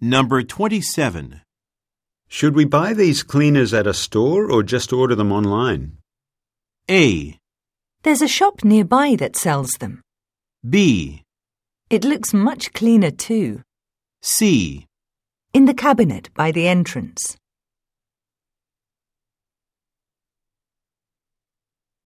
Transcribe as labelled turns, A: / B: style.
A: Number 27.
B: Should we buy these cleaners at a store or just order them online?
A: A.
C: There's a shop nearby that sells them.
A: B.
C: It looks much cleaner too.
A: C.
C: In the cabinet by the entrance.